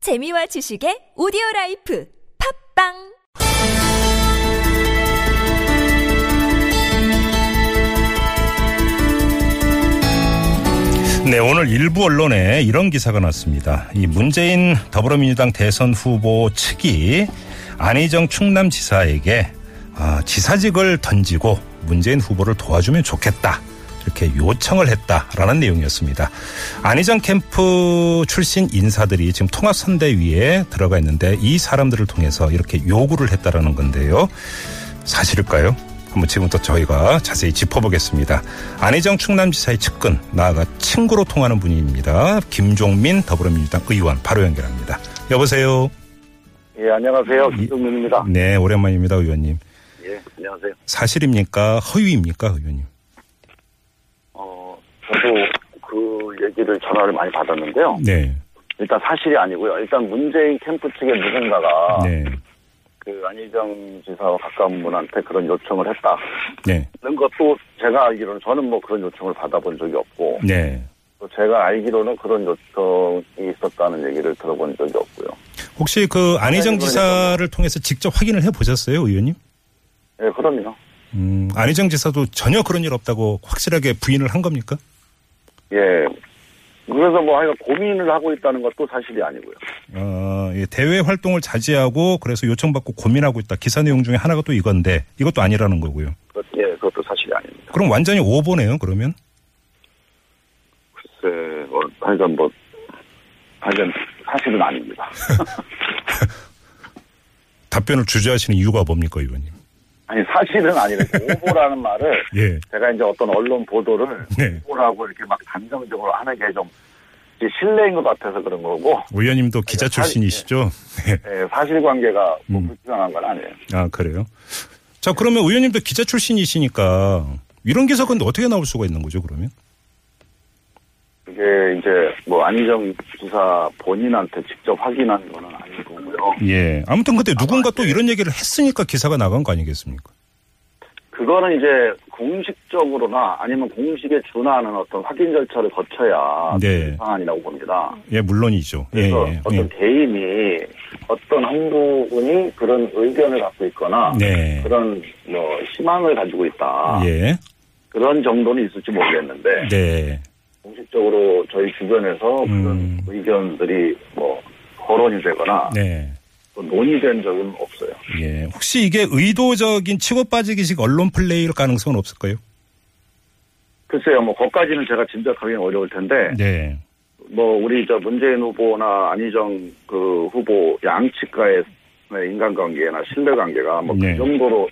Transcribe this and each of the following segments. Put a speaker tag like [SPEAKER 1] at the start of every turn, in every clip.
[SPEAKER 1] 재미와 지식의 오디오 라이프 팝빵
[SPEAKER 2] 네, 오늘 일부 언론에 이런 기사가 났습니다. 이 문재인 더불어민주당 대선 후보 측이 안희정 충남지사에게 아, 지사직을 던지고 문재인 후보를 도와주면 좋겠다. 이렇게 요청을 했다라는 내용이었습니다. 안희정 캠프 출신 인사들이 지금 통합선대위에 들어가 있는데 이 사람들을 통해서 이렇게 요구를 했다라는 건데요. 사실일까요? 한번 지금부터 저희가 자세히 짚어보겠습니다. 안희정 충남지사의 측근, 나아가 친구로 통하는 분입니다. 김종민 더불어민주당 의원 바로 연결합니다. 여보세요.
[SPEAKER 3] 예, 안녕하세요. 김동민입니다.
[SPEAKER 2] 네, 오랜만입니다, 의원님.
[SPEAKER 3] 예, 안녕하세요.
[SPEAKER 2] 사실입니까? 허위입니까, 의원님?
[SPEAKER 3] 어, 저도 그 얘기를 전화를 많이 받았는데요.
[SPEAKER 2] 네.
[SPEAKER 3] 일단 사실이 아니고요. 일단 문재인 캠프 측에 누군가가
[SPEAKER 2] 네.
[SPEAKER 3] 그 안희정 지사와 가까운 분한테 그런 요청을 했다는
[SPEAKER 2] 네.
[SPEAKER 3] 것도 제가 알기로는 저는 뭐 그런 요청을 받아본 적이 없고
[SPEAKER 2] 네.
[SPEAKER 3] 또 제가 알기로는 그런 요청이 있었다는 얘기를 들어본 적이 없고요.
[SPEAKER 2] 혹시 그 안희정
[SPEAKER 3] 아니,
[SPEAKER 2] 지사를 통해서 직접 확인을 해 보셨어요, 의원님?
[SPEAKER 3] 예, 그럼요.
[SPEAKER 2] 음, 안희정 지사도 전혀 그런 일 없다고 확실하게 부인을 한 겁니까?
[SPEAKER 3] 예. 그래서 뭐 하여간 고민을 하고 있다는 것도 사실이 아니고요.
[SPEAKER 2] 어, 예, 대외 활동을 자제하고 그래서 요청받고 고민하고 있다. 기사 내용 중에 하나가 또 이건데 이것도 아니라는 거고요.
[SPEAKER 3] 그것- 예, 그것도 사실이 아닙니다.
[SPEAKER 2] 그럼 완전히 오보네요. 그러면
[SPEAKER 3] 글쎄, 뭐, 하여간 뭐, 하여간 사실은 아닙니다.
[SPEAKER 2] 답변을 주저하시는 이유가 뭡니까, 의원님?
[SPEAKER 3] 아니, 사실은 아니고, 오보라는 말을
[SPEAKER 2] 예,
[SPEAKER 3] 제가 이제 어떤 언론 보도를
[SPEAKER 2] 네.
[SPEAKER 3] 오보라고 이렇게 막 단정적으로 하는 게 좀 신뢰인 것 같아서 그런 거고,
[SPEAKER 2] 의원님도 기자
[SPEAKER 3] 살-
[SPEAKER 2] 출신이시죠? 네.
[SPEAKER 3] 예, 사실관계가 뭐
[SPEAKER 2] 음.
[SPEAKER 3] 불편한 건 아니에요.
[SPEAKER 2] 아 그래요. 자 그러면 의원님도 기자 출신이시니까 이런 기사 근데 어떻게 나올 수가 있는 거죠? 그러면
[SPEAKER 3] 그게 이제 뭐 안희정 지사 본인한테 직접 확인한 거는 아니고요.
[SPEAKER 2] 예. 아무튼 그때 누군가 또 이런 얘기를 했으니까 기사가 나간 거 아니겠습니까?
[SPEAKER 3] 그거는 이제 공식적으로나 아니면 공식에 준하는 어떤 확인 절차를 거쳐야
[SPEAKER 2] 네.
[SPEAKER 3] 그 사안이라고 봅니다.
[SPEAKER 2] 예, 물론이죠. 예,
[SPEAKER 3] 그래서
[SPEAKER 2] 예,
[SPEAKER 3] 어떤 개인이 어떤 한두 분이 그런 의견을 갖고 있거나 아,
[SPEAKER 2] 네.
[SPEAKER 3] 그런 뭐 희망을 가지고 있다
[SPEAKER 2] 예,
[SPEAKER 3] 그런 정도는 있을지 모르겠는데
[SPEAKER 2] 네.
[SPEAKER 3] 공식적으로 저희 주변에서
[SPEAKER 2] 음.
[SPEAKER 3] 그런 의견들이 뭐 거론이 되거나
[SPEAKER 2] 네.
[SPEAKER 3] 또 논의된 적은 없어요.
[SPEAKER 2] 예. 혹시 이게 의도적인 치고 빠지기식 언론 플레이일 가능성은 없을까요?
[SPEAKER 3] 글쎄요, 뭐 거까지는 제가 짐작하기는 어려울 텐데
[SPEAKER 2] 네.
[SPEAKER 3] 뭐 우리 저 문재인 후보나 안희정 그 후보 양측과의 인간관계나 신뢰관계가 뭐 그
[SPEAKER 2] 네.
[SPEAKER 3] 정도로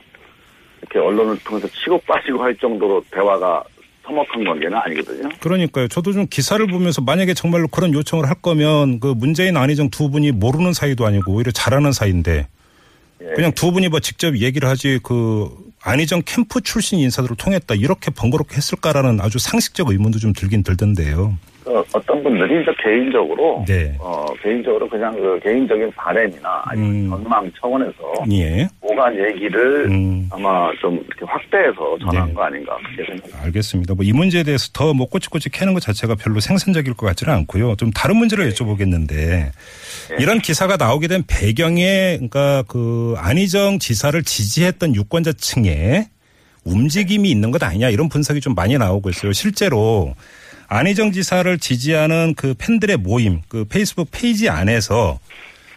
[SPEAKER 3] 이렇게 언론을 통해서 치고 빠지고 할 정도로 대화가 서먹한 관계는 아니거든요.
[SPEAKER 2] 그러니까요. 저도 좀 기사를 보면서 만약에 정말로 그런 요청을 할 거면 그 문재인 안희정 두 분이 모르는 사이도 아니고 오히려 잘하는 사이인데
[SPEAKER 3] 예.
[SPEAKER 2] 그냥 두 분이 뭐 직접 얘기를 하지 그 안희정 캠프 출신 인사들을 통했다 이렇게 번거롭게 했을까라는 아주 상식적 의문도 좀 들긴 들던데요.
[SPEAKER 3] 그 어떤 분들이 이제 개인적으로
[SPEAKER 2] 네.
[SPEAKER 3] 어 개인적으로 그냥 그 개인적인 바램이나 아니면
[SPEAKER 2] 음.
[SPEAKER 3] 전망 차원에서
[SPEAKER 2] 예.
[SPEAKER 3] 오간 얘기를
[SPEAKER 2] 음.
[SPEAKER 3] 아마 좀 이렇게 확대해서 전한
[SPEAKER 2] 네.
[SPEAKER 3] 거 아닌가 그렇게 생각합니다.
[SPEAKER 2] 알겠습니다. 뭐 이 문제에 대해서 더 뭐 꼬치꼬치 캐는 것 자체가 별로 생산적일 것 같지는 않고요. 좀 다른 문제를 여쭤보겠는데 이런 기사가 나오게 된 배경에 그러니까 그 안희정 지사를 지지했던 유권자 층에 움직임이 있는 것 아니냐 이런 분석이 좀 많이 나오고 있어요. 실제로 안희정 지사를 지지하는 그 팬들의 모임 그 페이스북 페이지 안에서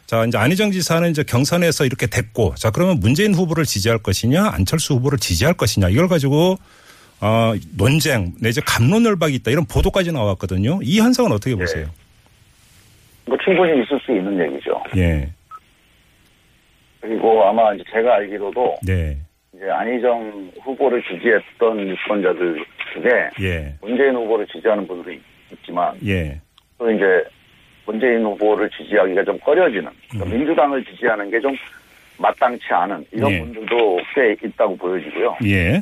[SPEAKER 2] 자, 이제 안희정 지사는 이제 경선에서 이렇게 됐고, 자, 그러면 문재인 후보를 지지할 것이냐, 안철수 후보를 지지할 것이냐, 이걸 가지고, 어, 논쟁, 내지 감론을박이 있다, 이런 보도까지 나왔거든요. 이 현상은 어떻게 보세요?
[SPEAKER 3] 뭐 충분히 있을 수 있는 얘기죠.
[SPEAKER 2] 예.
[SPEAKER 3] 그리고 아마 이제 제가 알기로도
[SPEAKER 2] 네.
[SPEAKER 3] 이제 안희정 후보를 지지했던 유권자들 중에
[SPEAKER 2] 예.
[SPEAKER 3] 문재인 후보를 지지하는 분도 있- 있지만
[SPEAKER 2] 예.
[SPEAKER 3] 또 이제 문재인 후보를 지지하기가 좀 꺼려지는 그러니까 민주당을 지지하는 게 좀 마땅치 않은 이런
[SPEAKER 2] 음. 예.
[SPEAKER 3] 분들도 꽤 있다고 보여지고요.
[SPEAKER 2] 예.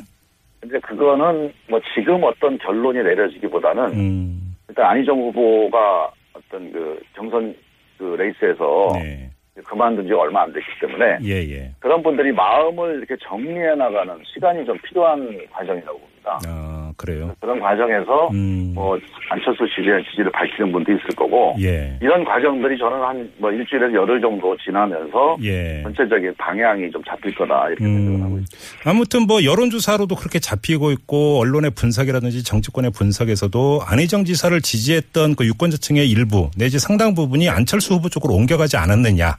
[SPEAKER 3] 근데 그거는 뭐 지금 어떤 결론이 내려지기보다는
[SPEAKER 2] 음.
[SPEAKER 3] 일단 안희정 후보가 어떤 그 경선 그 레이스에서
[SPEAKER 2] 네.
[SPEAKER 3] 그만둔 지 얼마 안 됐기 때문에
[SPEAKER 2] 예, 예.
[SPEAKER 3] 그런 분들이 마음을 이렇게 정리해 나가는 시간이 좀 필요한 과정이라고 봅니다.
[SPEAKER 2] 아, 그래요.
[SPEAKER 3] 그런 과정에서
[SPEAKER 2] 음.
[SPEAKER 3] 뭐 안철수 지지의 지지를 밝히는 분도 있을 거고
[SPEAKER 2] 예.
[SPEAKER 3] 이런 과정들이 저는 한 뭐 일주일에서 열흘 정도 지나면서
[SPEAKER 2] 예.
[SPEAKER 3] 전체적인 방향이 좀 잡힐 거다 이렇게 생각을 하고
[SPEAKER 2] 음,
[SPEAKER 3] 있습니다.
[SPEAKER 2] 아무튼 뭐 여론조사로도 그렇게 잡히고 있고 언론의 분석이라든지 정치권의 분석에서도 안희정 지사를 지지했던 그 유권자층의 일부 내지 상당 부분이 안철수 후보 쪽으로 옮겨가지 않았느냐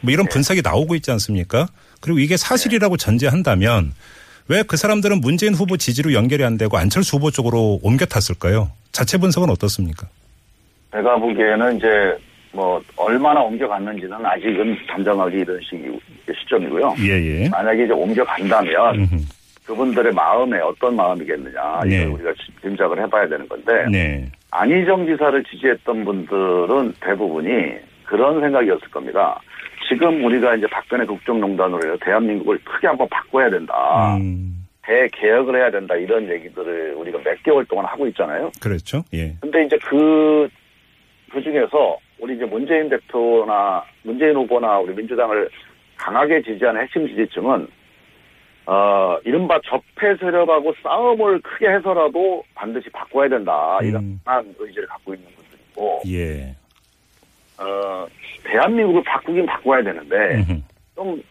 [SPEAKER 2] 뭐
[SPEAKER 3] 네.
[SPEAKER 2] 이런 분석이 나오고 있지 않습니까? 그리고 이게 사실이라고 전제한다면 왜 그 사람들은 문재인 후보 지지로 연결이 안 되고 안철수 후보 쪽으로 옮겨 탔을까요? 자체 분석은 어떻습니까?
[SPEAKER 3] 제가 보기에는 이제 뭐 얼마나 옮겨갔는지는 아직은 단정하기 이런 시기 시점이고요.
[SPEAKER 2] 예예. 음.
[SPEAKER 3] 만약에 이제 옮겨간다면 그분들의 마음에 어떤 마음이겠느냐 이걸
[SPEAKER 2] 네.
[SPEAKER 3] 우리가 짐작을 해봐야 되는 건데
[SPEAKER 2] 네.
[SPEAKER 3] 안희정 지사를 지지했던 분들은 대부분이 그런 생각이었을 겁니다. 지금 우리가 이제 박근혜 국정농단으로 해서 대한민국을 크게 한번 바꿔야 된다.
[SPEAKER 2] 음,
[SPEAKER 3] 대개혁을 해야 된다. 이런 얘기들을 우리가 몇 개월 동안 하고 있잖아요.
[SPEAKER 2] 그렇죠. 예.
[SPEAKER 3] 근데 이제 그, 그 중에서 우리 이제 문재인 대표나 문재인 후보나 우리 민주당을 강하게 지지하는 핵심 지지층은 어, 이른바 적폐 세력하고 싸움을 크게 해서라도 반드시 바꿔야 된다.
[SPEAKER 2] 음.
[SPEAKER 3] 이런 강한 의지를 갖고 있는 분들이고,
[SPEAKER 2] 예.
[SPEAKER 3] 어, 대한민국을 바꾸긴 바꿔야 되는데,
[SPEAKER 2] 음흠.
[SPEAKER 3] 좀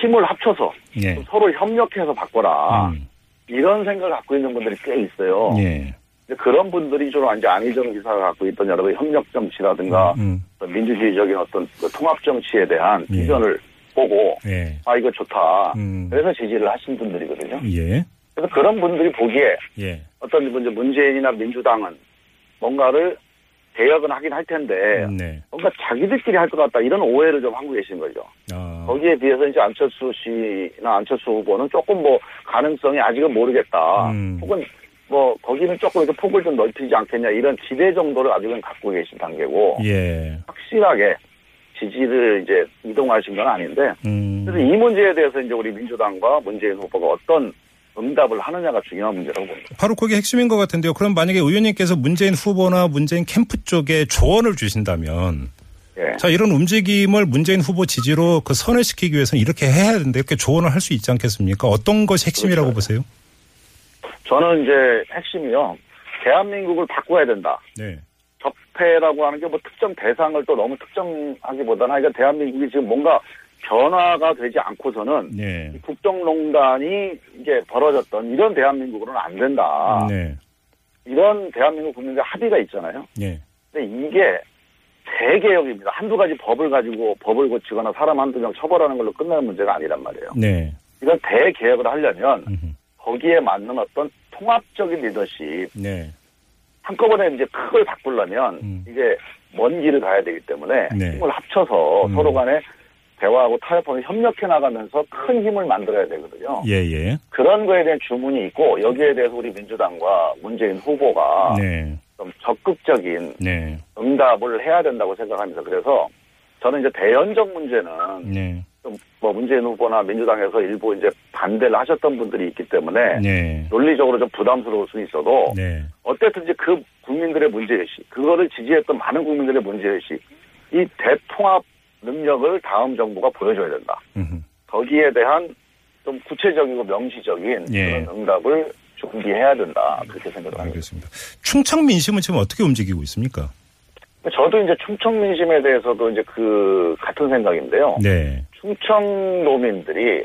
[SPEAKER 3] 힘을 합쳐서
[SPEAKER 2] 예.
[SPEAKER 3] 좀 서로 협력해서 바꿔라.
[SPEAKER 2] 음,
[SPEAKER 3] 이런 생각을 갖고 있는 분들이 꽤 있어요.
[SPEAKER 2] 예.
[SPEAKER 3] 근데 그런 분들이 주로 이제 안희정 기사가 갖고 있던 여러 가지 협력 정치라든가
[SPEAKER 2] 음,
[SPEAKER 3] 어떤 민주주의적인 어떤 그 통합 정치에 대한
[SPEAKER 2] 예.
[SPEAKER 3] 비전을 보고
[SPEAKER 2] 예.
[SPEAKER 3] 아 이거 좋다.
[SPEAKER 2] 음.
[SPEAKER 3] 그래서 지지를 하신 분들이거든요.
[SPEAKER 2] 예.
[SPEAKER 3] 그래서 그런 분들이 보기에
[SPEAKER 2] 예.
[SPEAKER 3] 어떤 이제 문재인이나 민주당은 뭔가를 개혁은 하긴 할 텐데
[SPEAKER 2] 네.
[SPEAKER 3] 뭔가 자기들끼리 할 것 같다 이런 오해를 좀 하고 계신 거죠.
[SPEAKER 2] 아,
[SPEAKER 3] 거기에 비해서 이제 안철수 씨나 안철수 후보는 조금 뭐 가능성이 아직은 모르겠다.
[SPEAKER 2] 음.
[SPEAKER 3] 혹은 뭐 거기는 조금 이렇게 폭을 좀 넓히지 않겠냐 이런 기대 정도를 아직은 갖고 계신 단계고
[SPEAKER 2] 예.
[SPEAKER 3] 확실하게 지지를 이제 이동하신 건 아닌데
[SPEAKER 2] 음.
[SPEAKER 3] 그래서 이 문제에 대해서 이제 우리 민주당과 문재인 후보가 어떤 응답을 하느냐가 중요한 문제라고 봅니다.
[SPEAKER 2] 바로 그게 핵심인 것 같은데요. 그럼 만약에 의원님께서 문재인 후보나 문재인 캠프 쪽에 조언을 주신다면
[SPEAKER 3] 예.
[SPEAKER 2] 자, 이런 움직임을 문재인 후보 지지로 그 선회시키기 위해서는 이렇게 해야 되는데 이렇게 조언을 할 수 있지 않겠습니까? 어떤 것이 핵심이라고
[SPEAKER 3] 그렇죠.
[SPEAKER 2] 보세요?
[SPEAKER 3] 저는 이제 핵심이요. 대한민국을 바꿔야 된다.
[SPEAKER 2] 네.
[SPEAKER 3] 적폐라고 하는 게 뭐 특정 대상을 또 너무 특정하기보다는 그러니까 대한민국이 지금 뭔가 변화가 되지 않고서는
[SPEAKER 2] 네.
[SPEAKER 3] 이 국정농단이 이제 벌어졌던 이런 대한민국으로는 안 된다.
[SPEAKER 2] 네.
[SPEAKER 3] 이런 대한민국 국민들 합의가 있잖아요.
[SPEAKER 2] 네.
[SPEAKER 3] 근데 이게 대개혁입니다. 한두 가지 법을 가지고 법을 고치거나 사람 한두 명 처벌하는 걸로 끝나는 문제가 아니란 말이에요.
[SPEAKER 2] 네.
[SPEAKER 3] 이건 대개혁을 하려면
[SPEAKER 2] 음흠.
[SPEAKER 3] 거기에 맞는 어떤 통합적인 리더십,
[SPEAKER 2] 네.
[SPEAKER 3] 한꺼번에 이제 크걸 바꾸려면
[SPEAKER 2] 음.
[SPEAKER 3] 이게 먼 길을 가야 되기 때문에
[SPEAKER 2] 네.
[SPEAKER 3] 힘을 합쳐서
[SPEAKER 2] 음.
[SPEAKER 3] 서로 간에 대화하고 타협하고 협력해 나가면서 큰 힘을 만들어야 되거든요.
[SPEAKER 2] 예, 예.
[SPEAKER 3] 그런 거에 대한 주문이 있고 여기에 대해서 우리 민주당과 문재인 후보가
[SPEAKER 2] 네.
[SPEAKER 3] 좀 적극적인
[SPEAKER 2] 네.
[SPEAKER 3] 응답을 해야 된다고 생각합니다. 그래서 저는 이제 대연적 문제는
[SPEAKER 2] 네.
[SPEAKER 3] 좀 뭐 문재인 후보나 민주당에서 일부 이제 반대를 하셨던 분들이 있기 때문에
[SPEAKER 2] 네.
[SPEAKER 3] 논리적으로 좀 부담스러울 수는 있어도
[SPEAKER 2] 네.
[SPEAKER 3] 어쨌든지 그 국민들의 문제의식, 그거를 지지했던 많은 국민들의 문제의식, 이 대통합 능력을 다음 정부가 보여줘야 된다.
[SPEAKER 2] 음흠.
[SPEAKER 3] 거기에 대한 좀 구체적이고 명시적인
[SPEAKER 2] 예.
[SPEAKER 3] 그런 응답을 준비해야 된다. 그렇게 생각을 합니다.
[SPEAKER 2] 알겠습니다. 충청 민심은 지금 어떻게 움직이고 있습니까?
[SPEAKER 3] 저도 이제 충청 민심에 대해서도 이제 그 같은 생각인데요.
[SPEAKER 2] 네.
[SPEAKER 3] 충청 노민들이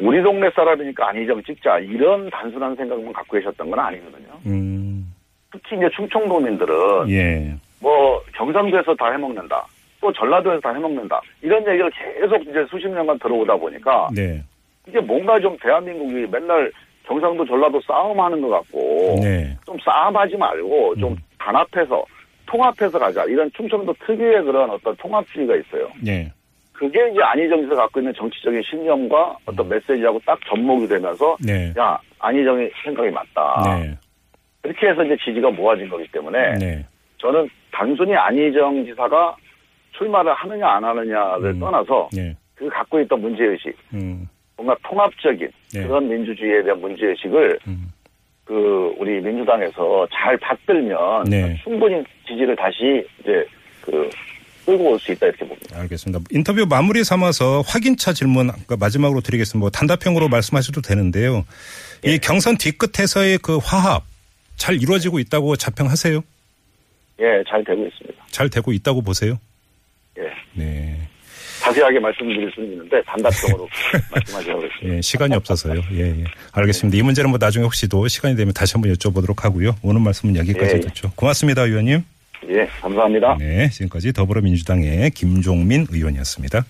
[SPEAKER 3] 우리 동네 사람이니까 안희정 찍자 이런 단순한 생각만 갖고 계셨던 건 아니거든요.
[SPEAKER 2] 음.
[SPEAKER 3] 특히 이제 충청 노민들은
[SPEAKER 2] 예.
[SPEAKER 3] 뭐 경상도에서 다 해먹는다. 또 전라도에서 다 해먹는다. 이런 얘기를 계속 이제 수십 년간 들어오다 보니까
[SPEAKER 2] 네.
[SPEAKER 3] 이게 뭔가 좀 대한민국이 맨날 경상도 전라도 싸움하는 것 같고
[SPEAKER 2] 네.
[SPEAKER 3] 좀 싸움하지 말고 좀 단합해서 통합해서 가자. 이런 충청도 특유의 그런 어떤 통합주의가 있어요.
[SPEAKER 2] 네.
[SPEAKER 3] 그게 이제 안희정 씨가 갖고 있는 정치적인 신념과 어떤 메시지하고 딱 접목이 되면서
[SPEAKER 2] 네.
[SPEAKER 3] 야 안희정의 생각이 맞다.
[SPEAKER 2] 네.
[SPEAKER 3] 이렇게 해서 이제 지지가 모아진 거기 때문에
[SPEAKER 2] 네.
[SPEAKER 3] 저는 단순히 안희정 지사가 출마를 하느냐 안 하느냐를
[SPEAKER 2] 음.
[SPEAKER 3] 떠나서
[SPEAKER 2] 네.
[SPEAKER 3] 그 갖고 있던 문제의식,
[SPEAKER 2] 음.
[SPEAKER 3] 뭔가 통합적인
[SPEAKER 2] 네.
[SPEAKER 3] 그런 민주주의에 대한 문제의식을
[SPEAKER 2] 음.
[SPEAKER 3] 그 우리 민주당에서 잘 받들면
[SPEAKER 2] 네.
[SPEAKER 3] 충분히 지지를 다시 이제 그 끌고 올 수 있다 이렇게 봅니다.
[SPEAKER 2] 알겠습니다. 인터뷰 마무리 삼아서 확인차 질문 아까 마지막으로 예. 드리겠습니다. 뭐 단답형으로 말씀하셔도 되는데요. 이 경선 뒤끝에서의 그 화합 잘 이루어지고 있다고 자평하세요?
[SPEAKER 3] 예, 잘 되고 있습니다.
[SPEAKER 2] 잘 되고 있다고 보세요?
[SPEAKER 3] 예.
[SPEAKER 2] 네.
[SPEAKER 3] 자세하게 말씀드릴 수는 있는데 단답적으로 말씀하시라고 했습니다.
[SPEAKER 2] 예, 시간이 없어서요. 예, 예. 알겠습니다. 이 문제는 뭐 나중에 혹시 또 시간이 되면 다시 한번 여쭤보도록 하고요. 오늘 말씀은 여기까지
[SPEAKER 3] 예, 예.
[SPEAKER 2] 듣죠. 고맙습니다, 의원님.
[SPEAKER 3] 예, 감사합니다.
[SPEAKER 2] 네, 지금까지 더불어민주당의 김종민 의원이었습니다.